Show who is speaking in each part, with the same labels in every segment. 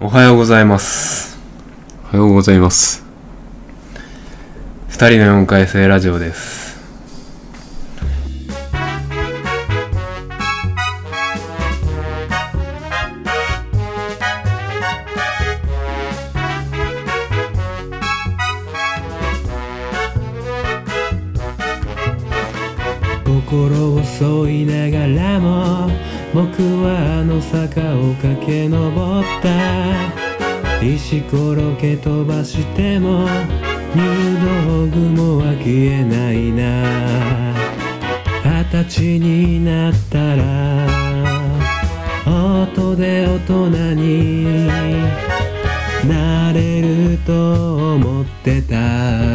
Speaker 1: おはようございます。
Speaker 2: おはようございます。
Speaker 1: 二人の4回生ラジオです。
Speaker 3: 心を沿いながらも僕はあの坂を駆け上った石ころけ飛ばしても入道雲は消えないな二十歳になったら音で大人になれると思ってた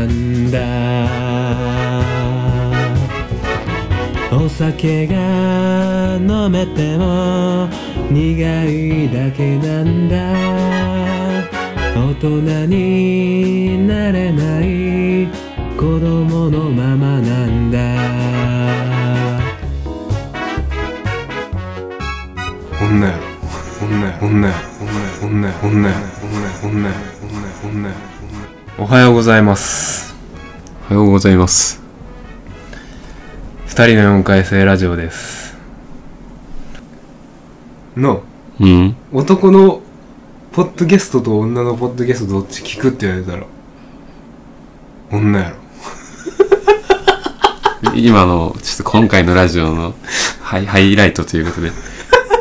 Speaker 3: んだお酒が飲めても苦いだけなんだ大人になれない子供のままなんだ
Speaker 1: 女やろ。女やろ。女やろ。女やろ。女やろ。女やろ。女やろ。女やろ。女やろ。おはようございます。
Speaker 2: おはようございます。
Speaker 1: 二人の4回生ラジオです。の、
Speaker 2: うん。
Speaker 1: 男のポッドゲストと女のポッドゲストどっち聞くって言われたら、女やろ。
Speaker 2: 今の、ちょっと今回のラジオのハイハイライトということで、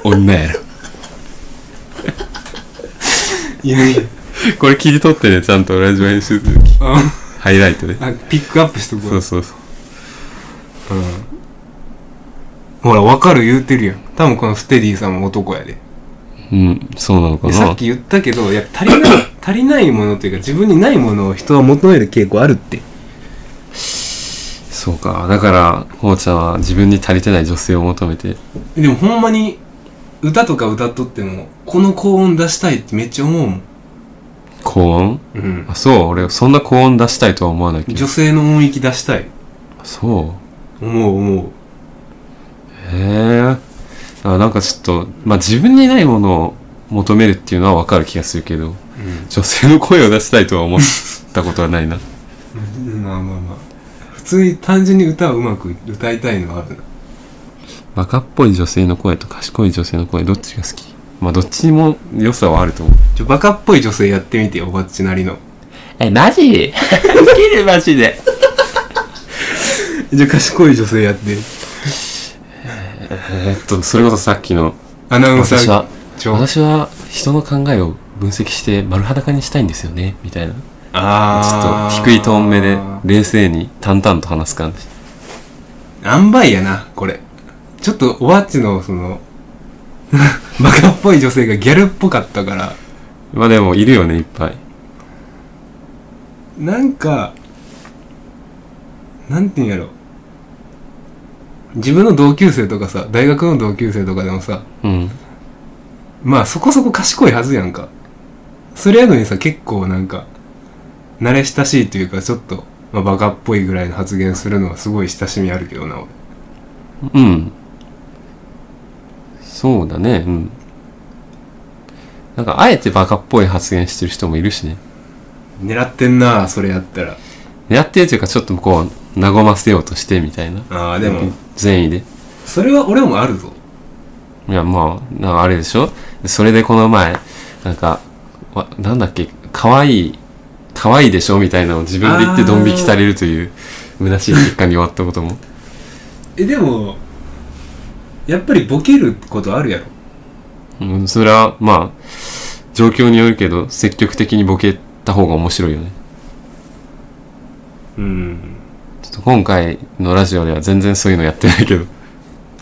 Speaker 2: 女やろ。
Speaker 1: いやいや。
Speaker 2: これ切り取ってね、ちゃんとラジオ編集する時
Speaker 1: あ、
Speaker 2: ハイライトで。
Speaker 1: あピックアップしとこ
Speaker 2: そうう。そうそう。
Speaker 1: うん。ほら、わかる言うてるやん。多分このステディさんも男やで。
Speaker 2: うん、そうなのか
Speaker 1: で
Speaker 2: な。
Speaker 1: さっき言ったけど、いや、足りない、足りないものというか、自分にないものを人は求める傾向あるって。
Speaker 2: そうか。だから、ほうちゃんは自分に足りてない女性を求めて。
Speaker 1: でもほんまに、歌とか歌っとっても、この高音出したいってめっちゃ思うもん。
Speaker 2: 高音
Speaker 1: うん。
Speaker 2: あ、そう。俺、そんな高音出したいとは思わないけど
Speaker 1: 女。性の音域出したい。
Speaker 2: そう。
Speaker 1: 思う思う。
Speaker 2: へえ。あなんかちょっと、まあ、自分にないものを求めるっていうのはわかる気がするけど、女性の声を出したいとは思ったことはない な。
Speaker 1: うん。まあまあまあ。普通に単純に歌をうまく歌いたいのはあるな。
Speaker 2: バカっぽい女性の声と賢い女性の声、どっちが好きまあ、どっちにも良さはあると思う。
Speaker 1: ちょ、バカっぽい女性やってみてよ、おばっちなりの。
Speaker 2: え、マジウケるマジで。
Speaker 1: じゃ、賢い女性やって。
Speaker 2: えーっと、それこそさっきの、
Speaker 1: アナウンサー。
Speaker 2: 私は、
Speaker 1: ちょ
Speaker 2: 私は人の考えを分析して丸裸にしたいんですよね、みたいな。ちょ
Speaker 1: あ
Speaker 2: っと低いトーン目で冷静に淡々と話す感じ。
Speaker 1: 塩梅やな、これ。ちょっと、おばっちの、その、 バカっぽい女性がギャルっぽかったから、
Speaker 2: まあでも、いるよね、いっぱい。
Speaker 1: なんか、なんて言うんやろ。自分の同級生とかさ、大学の同級生とかでもさ、
Speaker 2: うん。
Speaker 1: まあそこそこ賢いはずやんか。それやのにさ、結構なんか、慣れ親しいというか、ちょっと、まあバカっぽいぐらいの発言するのはすごい親しみあるけどな、俺。
Speaker 2: うん。そうだね、うん。なんか、あえてバカっぽい発言してる人もいるしね。
Speaker 1: 狙ってんな、それやったら。
Speaker 2: やってるというか、ちょっとこう、和ませようとしてみたいな。
Speaker 1: ああ、でも、
Speaker 2: 善意で。
Speaker 1: それは俺もあるぞ。
Speaker 2: いや、まあ、なんかあれでしょそれでこの前、なんか、わなんだっけ、可愛い可愛いでしょみたいなのを自分で言ってドン引きされるという、虚しい結果に終わったことも。
Speaker 1: えでもやっぱりボケることあるやろ
Speaker 2: うん、それは、まあ、状況によるけど、積極的にボケた方が面白いよね。
Speaker 1: うん
Speaker 2: ちょっと今回のラジオでは全然そういうのやってないけど、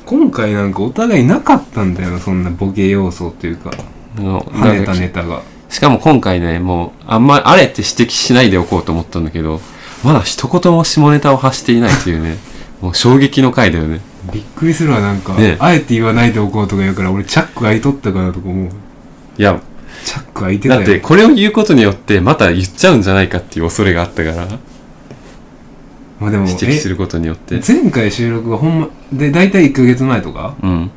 Speaker 1: 今回なんかお互いなかったんだよなそんなボケ要素というか
Speaker 2: あの
Speaker 1: 跳ねた
Speaker 2: なん
Speaker 1: ネ
Speaker 2: か
Speaker 1: タが
Speaker 2: しかも今回ね、もうあんまあれって指摘しないでおこうと思ったんだけど、まだ一言も下ネタを発していないと いうね、もう衝撃の回だよね。
Speaker 1: びっくりするわなんか、
Speaker 2: ねえ
Speaker 1: あえて言わないでおこうとか言うから俺チャック開いとったかなとか思う
Speaker 2: いや、
Speaker 1: チャック開いてた
Speaker 2: だ
Speaker 1: よ
Speaker 2: ってこれを言うことによってまた言っちゃうんじゃないかっていう恐れがあったから、
Speaker 1: まあでも
Speaker 2: 指摘することによっ
Speaker 1: え
Speaker 2: て。
Speaker 1: 前回収録がほんまで大体1ヶ月前とか
Speaker 2: うん。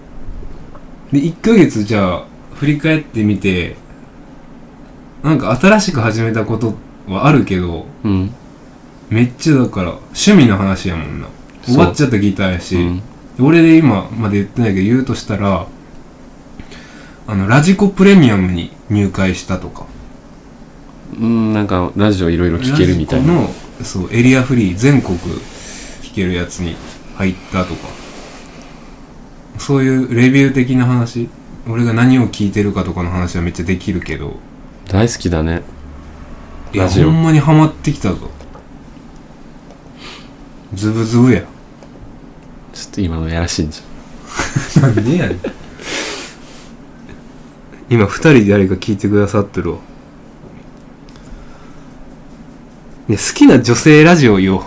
Speaker 1: で1ヶ月じゃあ振り返ってみてなんか新しく始めたことはあるけど
Speaker 2: うん。
Speaker 1: めっちゃだから趣味の話やもんな
Speaker 2: そう
Speaker 1: 終わっちゃったギターやし、
Speaker 2: うん。
Speaker 1: 俺で今まで言ってないけど言うとしたらあのラジコプレミアムに入会したとか
Speaker 2: うん、なんか、ラジオいろいろ聞けるみたいな。
Speaker 1: ラジコのそうエリアフリー全国聞けるやつに入ったとかそういうレビュー的な話俺が何を聞いてるかとかの話はめっちゃできるけど
Speaker 2: 大好きだね。
Speaker 1: いや
Speaker 2: ラジ
Speaker 1: ほ
Speaker 2: オ
Speaker 1: んまにハマってきたぞズブズブや
Speaker 2: ちょっと今のやらしいんじ
Speaker 1: なんでやねん今二人で誰か聞いてくださってるわいや好きな女性ラジオよ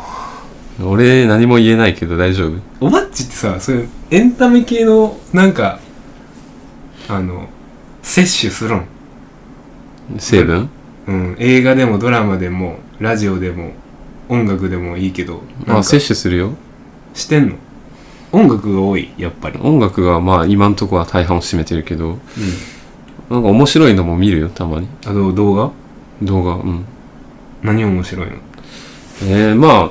Speaker 2: ゃん。俺、何も言えないけど大丈夫。
Speaker 1: おばっちってさそういうエンタメ系のなんかあの摂取するん、
Speaker 2: 成分
Speaker 1: うん、映画でもドラマでもラジオでも音楽でもいいけどな
Speaker 2: あ、
Speaker 1: んか
Speaker 2: 摂取するよ。
Speaker 1: してんの音楽が多いやっぱり、
Speaker 2: 音楽がまあ今んとこは大半を占めてるけど、なんか面白いのも見るよ、たまに。
Speaker 1: あと動画
Speaker 2: 動画、うん。
Speaker 1: 何面白いの
Speaker 2: えー、まあ、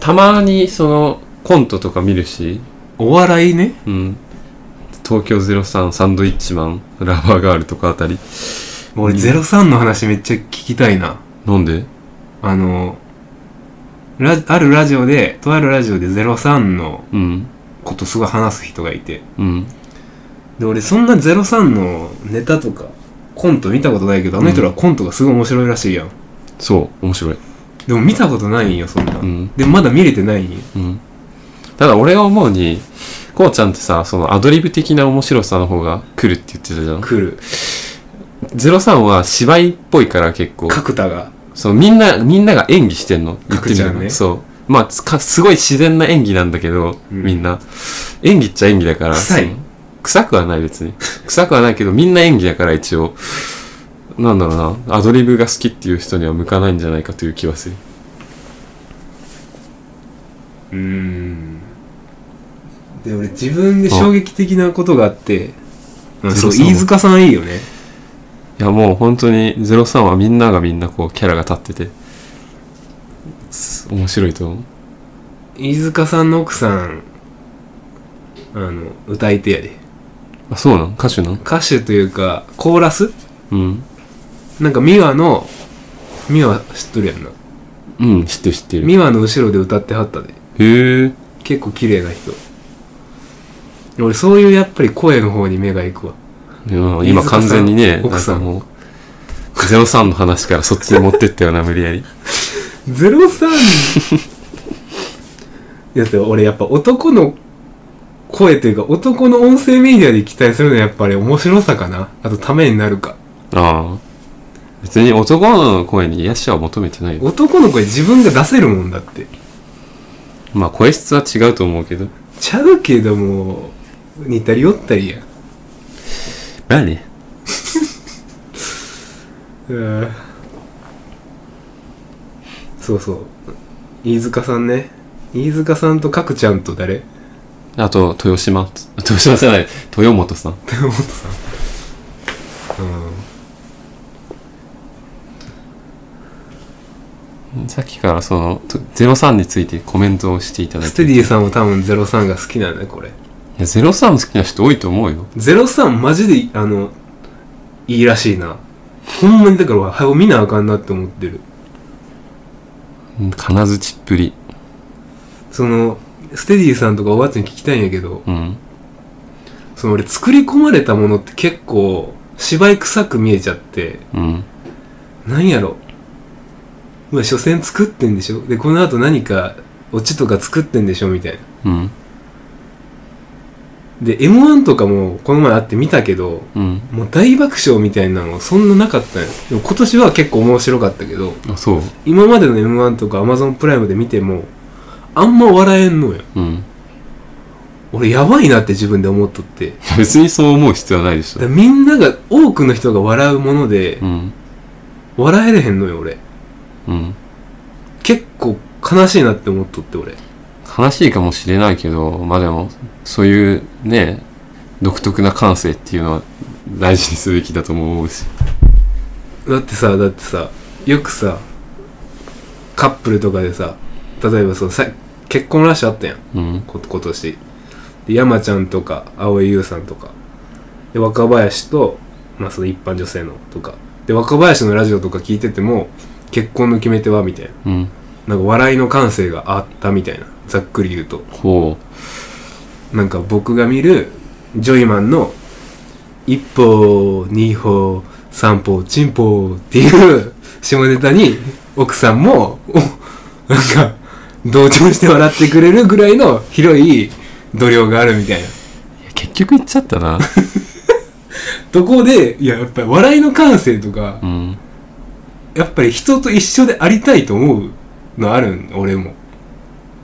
Speaker 2: たまにそのコントとか見るし、
Speaker 1: お笑いね
Speaker 2: うん。東京03サンドイッチマン、ラバーガールとかあたり。
Speaker 1: 俺
Speaker 2: うん
Speaker 1: 03の話めっちゃ聞きたいな
Speaker 2: なんで
Speaker 1: あのラあるラジオでとあるラジオで03の
Speaker 2: うん。
Speaker 1: ことすごい話す人がいて
Speaker 2: うん。
Speaker 1: で俺そんな03のネタとかコント見たことないけどあの人らコントがすごい面白いらしいやん、
Speaker 2: そう、面白い。
Speaker 1: でも見たことないんよそんな、
Speaker 2: うん。
Speaker 1: でもまだ見れてないんよ
Speaker 2: うん。ただ俺が思うに、こうちゃんってさ、そのアドリブ的な面白さの方が来るって言ってたじゃん。
Speaker 1: 来る
Speaker 2: 03は芝居っぽいから結構。
Speaker 1: 角田が
Speaker 2: そう、みんな、みんなが演技してんの。言ってみれ
Speaker 1: 角ちゃ
Speaker 2: ば。
Speaker 1: んね
Speaker 2: そう。まあつか、すごい自然な演技なんだけど、
Speaker 1: うん
Speaker 2: みんな。演技っちゃ演技だから。
Speaker 1: 臭い
Speaker 2: その臭くはない別に。 臭くはないけど、みんな演技だから一応。なんだろうな。アドリブが好きっていう人には向かないんじゃないかという気はする。
Speaker 1: うーんで俺自分で衝撃的なことがあってうんそう
Speaker 2: 03は
Speaker 1: 飯塚さんいいよね
Speaker 2: いや、もう本当に03はみんながみんなこうキャラが立ってて、す面白いと思う。
Speaker 1: 飯塚さんの奥さんあの歌い手やで
Speaker 2: あ、そうなん歌手なん
Speaker 1: 歌手というかコーラス
Speaker 2: うん。
Speaker 1: なんか美和の美和知っとるやんな
Speaker 2: うん、知ってる知ってる。
Speaker 1: 美和の後ろで歌ってはったで
Speaker 2: へえ。
Speaker 1: 結構綺麗な人俺そういうやっぱり声の方に目が行くわ
Speaker 2: うん今完全にね、
Speaker 1: 飯塚さん
Speaker 2: なんかもう、03の話からそっちに持ってったよな、無理やり。
Speaker 1: 03いやでも俺やっぱ男の声というか男の音声メディアで期待するのはやっぱり面白さかなあとためになるか
Speaker 2: ああ。別に男の声に癒しは求めてないよ。
Speaker 1: 男の声自分が出せるもんだって
Speaker 2: まあ、声質は違うと思うけど。
Speaker 1: ちゃうけども似たり寄ったりや
Speaker 2: まあね。
Speaker 1: うんそうそう飯塚さんね飯塚さんと角ちゃんと誰
Speaker 2: あと、豊島。豊島じゃない、豊本さん。
Speaker 1: 思ってたうん
Speaker 2: さっきからその、と03についてコメントをしていただい
Speaker 1: ス
Speaker 2: て。
Speaker 1: テ
Speaker 2: い
Speaker 1: ディさんも多分03が好きなんだこれ
Speaker 2: や、03好きな人多いと思うよ。
Speaker 1: 03マジであのいいらしいなほんまにだから早う見なあかんなって思ってる
Speaker 2: うん金槌っぷり。
Speaker 1: そのステディさんとかおばあちゃんに聞きたいんやけど
Speaker 2: うん。
Speaker 1: その俺作り込まれたものって結構芝居臭く見えちゃって
Speaker 2: うん。
Speaker 1: なんやろまあ所詮作ってんでしょでこの後何かオチとか作ってんでしょみたいな
Speaker 2: うん。
Speaker 1: で m 1とかもこの前あって見たけど
Speaker 2: うん。
Speaker 1: もう大爆笑みたいなのそんななかったんよでも今年は結構面白かったけど
Speaker 2: あ、そう。
Speaker 1: 今までの m 1とか Amazon プライムで見てもあんま笑えんのよ
Speaker 2: うん。
Speaker 1: 俺やばいなって自分で思っとってだ
Speaker 2: 別にそう思う必要はないでし
Speaker 1: から
Speaker 2: ょ。
Speaker 1: みんなが多くの人が笑うもので
Speaker 2: うん。
Speaker 1: 笑えれへんのよ俺
Speaker 2: うん。
Speaker 1: 結構悲しいなって思っとって俺
Speaker 2: 悲しいかもしれないけど、まあでも、そういうね、独特な感性っていうのは大事にすべきだとも思うし。
Speaker 1: だってさだってさよくさカップルとかでさ例えばそうさ結婚ラッシュあったやん
Speaker 2: うん。
Speaker 1: こ今年で山ちゃんとか蒼井優さんとかで若林と、まあ、その一般女性のとかで若林のラジオとか聞いてても結婚の決め手はみたいな
Speaker 2: うん。
Speaker 1: なんか笑いの感性があったみたいなざっくり言うと
Speaker 2: ほ
Speaker 1: なんか僕が見るジョイマンの一歩二歩三歩チンポっていう下ネタに奥さんもおなんか同調して笑ってくれるぐらいの広い度量があるみたいな
Speaker 2: う。いや結局言っちゃったな。
Speaker 1: とこでいややっぱり笑いの感性とか
Speaker 2: うん。
Speaker 1: やっぱり人と一緒でありたいと思うのあるん俺も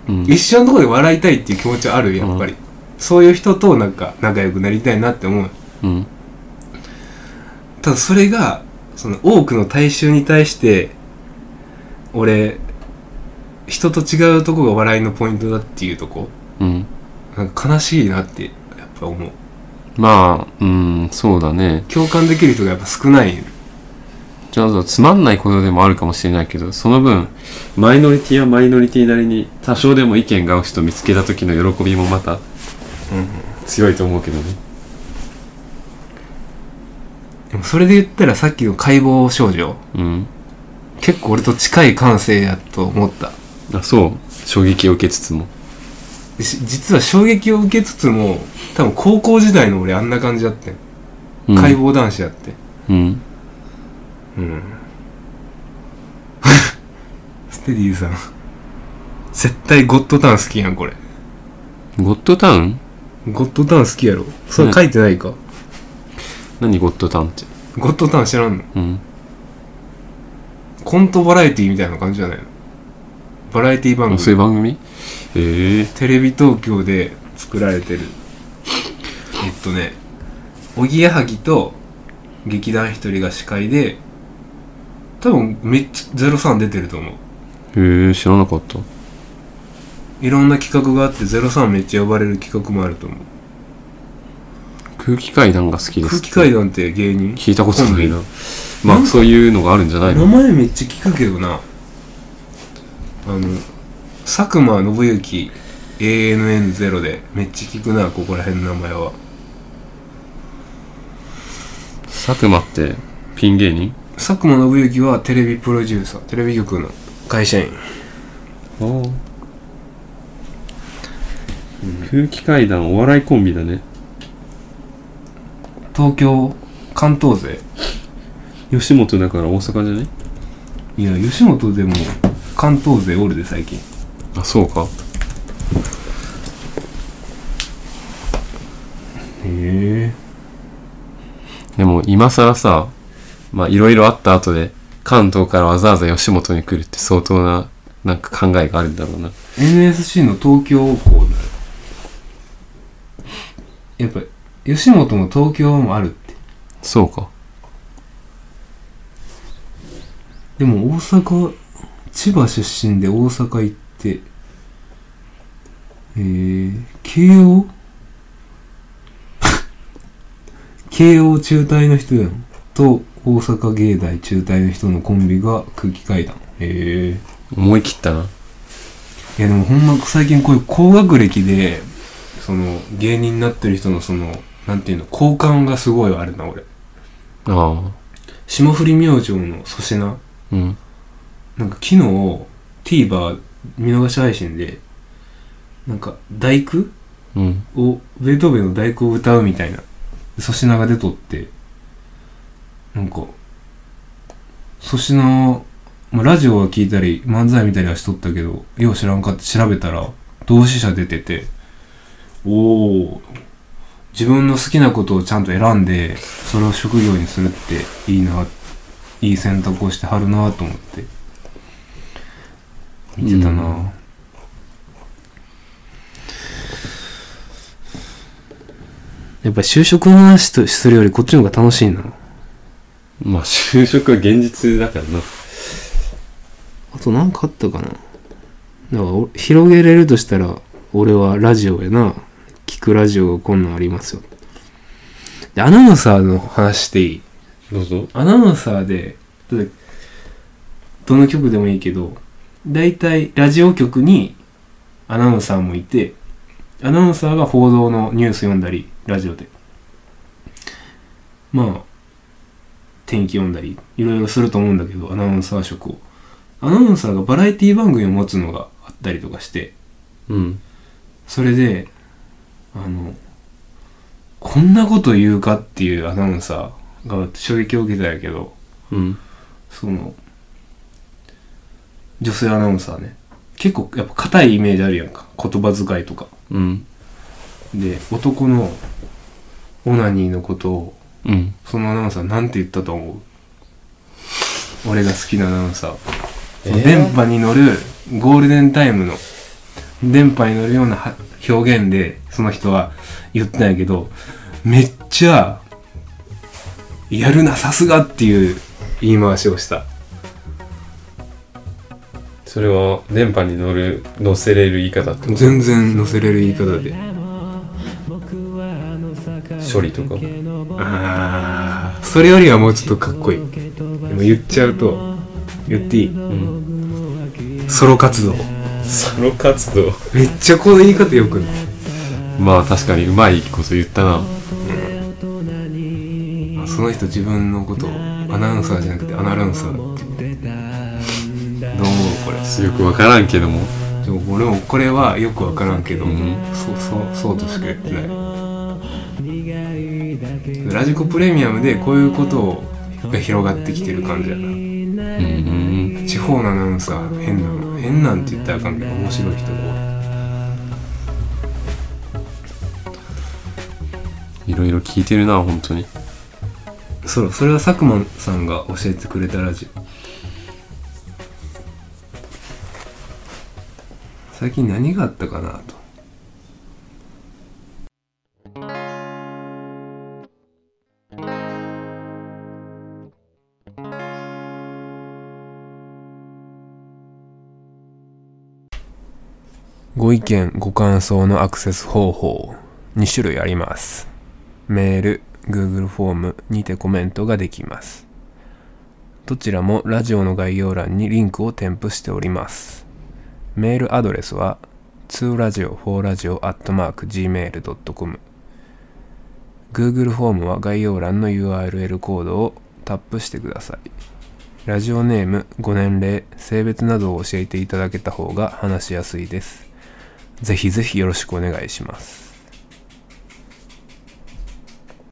Speaker 2: うん。
Speaker 1: 一緒のとこで笑いたいっていう気持ちはあるやっぱり、そういう人となんか仲良くなりたいなって思う
Speaker 2: うん。
Speaker 1: ただそれがその多くの大衆に対して俺人と違うとこが笑いのポイントだっていうとこ
Speaker 2: うん。
Speaker 1: なんか悲しいなってやっぱ思う
Speaker 2: まあ、うん、そうだね。
Speaker 1: 共感できる人がやっぱ少ない
Speaker 2: ちょっとつまんないことでもあるかもしれないけど、その分、マイノリティはマイノリティなりに多少でも意見が合う人を見つけた時の喜びもまた、強いと思うけどね。
Speaker 1: でもそれで言ったらさっきの解剖少女
Speaker 2: うん。
Speaker 1: 結構俺と近い感性やと思った
Speaker 2: あ、そう。衝撃を受けつつも。
Speaker 1: し実は衝撃を受けつつも多分高校時代の俺あんな感じだってん、
Speaker 2: うん
Speaker 1: 解剖男子やってん
Speaker 2: うん。
Speaker 1: うん。 ステディさん。絶対ゴッドタン好きやん、これ。
Speaker 2: ゴッドタウン
Speaker 1: ゴッドタン好きやろ。それ書いてないか。
Speaker 2: 何ゴッドタウンって。
Speaker 1: ゴッドタン知らんの
Speaker 2: うん。
Speaker 1: コントバラエティみたいな感じじゃないのバラエティ番
Speaker 2: あそういう
Speaker 1: 組。
Speaker 2: 番組ええ
Speaker 1: テレビ東京で作られてる。えっとね、おぎやはぎと劇団ひとりが司会で、多分めっちゃ03出てると思う。
Speaker 2: へえ知らなかった。
Speaker 1: いろんな企画があって03めっちゃ呼ばれる企画もあると思う。
Speaker 2: 空気階段が好きです。
Speaker 1: 空気階段って芸人
Speaker 2: 聞いたことないな
Speaker 1: コン。
Speaker 2: ま
Speaker 1: なん
Speaker 2: あ、
Speaker 1: か
Speaker 2: そういうのがあるんじゃない
Speaker 1: ビ
Speaker 2: の
Speaker 1: 名前めっちゃ聞くけどなあの佐久間信行 ANN0 でめっちゃ聞くなここら辺の名前は
Speaker 2: 佐久間って、ピン芸人
Speaker 1: 佐久間信行はテレビプロデューサーテレビ局の会社員
Speaker 2: 空気階段お笑いコンビだね。
Speaker 1: 東京関東勢
Speaker 2: 吉本だから大阪じゃない
Speaker 1: いや吉本でも関東勢おるで最近
Speaker 2: あ、そうか。
Speaker 1: へえ
Speaker 2: でも、今更さ、まあ、いろいろあった後で、関東からわざわざ吉本に来るって相当な、なんか考えがあるんだろうな。
Speaker 1: NSC の東京校になるやっぱ吉本も東京もあるって
Speaker 2: そうか。
Speaker 1: でも大阪千葉出身で大阪行ってえー、慶 応慶応中退の人やんと大阪芸大中退の人のコンビが空気階段え
Speaker 2: 思い切ったな。
Speaker 1: えいやでもほんま最近こういう高学歴でその芸人になってる人のそのなんていうの好感がすごいあるな俺
Speaker 2: ああ。
Speaker 1: 霜降り明星の粗品
Speaker 2: うん。
Speaker 1: なんか昨日 TVer 見逃し配信でなんか「大工
Speaker 2: うん。」
Speaker 1: をベートーベンの「大工」を歌うみたいな粗品が出とってなんか粗品、まあ、ラジオは聞いたり漫才見たりはしとったけどよう知らんかって調べたら同志社出てておお自分の好きなことをちゃんと選んでそれを職業にするっていいないい選択をしてはるなと思って見てたな、
Speaker 2: うん
Speaker 1: やっぱり就職の話とするよりこっちの方が楽しいな
Speaker 2: まあ、就職は現実だからな。
Speaker 1: あと何かあったかなだからお広げれるとしたら俺はラジオやな聞くラジオがこんなんありますよでアナウンサーの話していい
Speaker 2: どうぞ。
Speaker 1: アナウンサーでただどの曲でもいいけど大体ラジオ局にアナウンサーもいてアナウンサーが報道のニュース読んだりラジオでまあ天気読んだりいろいろすると思うんだけどアナウンサー職をアナウンサーがバラエティ番組を持つのがあったりとかして
Speaker 2: うん。
Speaker 1: それであのこんなこと言うかっていうアナウンサーが衝撃を受けたんやけど
Speaker 2: うん。
Speaker 1: その女性アナウンサーね結構やっぱ硬いイメージあるやんか言葉遣いとか
Speaker 2: うん。
Speaker 1: で男のオナニーのことを
Speaker 2: うん。
Speaker 1: そのアナウンサーなんて言ったと思う俺が好きなアナウンサー、その
Speaker 2: えー
Speaker 1: 電波に乗るゴールデンタイムの電波に乗るようなは表現でその人は言ったんやけどめっちゃやるなさすがっていう言い回しをした
Speaker 2: それは、電波に乗る、乗せれる言い方ってこと
Speaker 1: 全然乗せれる言い方で
Speaker 2: 処理とかも。
Speaker 1: あーそれよりはもうちょっとかっこいいでも言っちゃうと言っていい
Speaker 2: うん。
Speaker 1: ソロ活動
Speaker 2: ソロ活動。
Speaker 1: めっちゃこの言い方よくない
Speaker 2: まあ確かにうまいこと言ったな。
Speaker 1: あその人自分のことをアナウンサーじゃなくてアナルンサーだってどう思うこれ
Speaker 2: よくわからんけども。
Speaker 1: でも俺もこれはよく分からんけど、
Speaker 2: ん
Speaker 1: そうそうそうとしか言ってないラジコプレミアムでこういうことが広がってきてる感じやな
Speaker 2: うん。
Speaker 1: 地方のアナウンサー変な変なんて言ったらあかんけど面白い人が
Speaker 2: いろいろ聞いてるな、本当に。
Speaker 1: 多いそうそれは佐久間さんが教えてくれたラジオ最近何があったかなとご意見、ご感想のアクセス方法2種類あります。メール、Google フォームにてコメントができます。どちらもラジオの概要欄にリンクを添付しております。メールアドレスは 2radio4radio.gmail.com Google フォームは概要欄の URL コードをタップしてください。ラジオネーム、ご年齢、性別などを教えていただけた方が話しやすいです。ぜひぜひよろしくお願いします。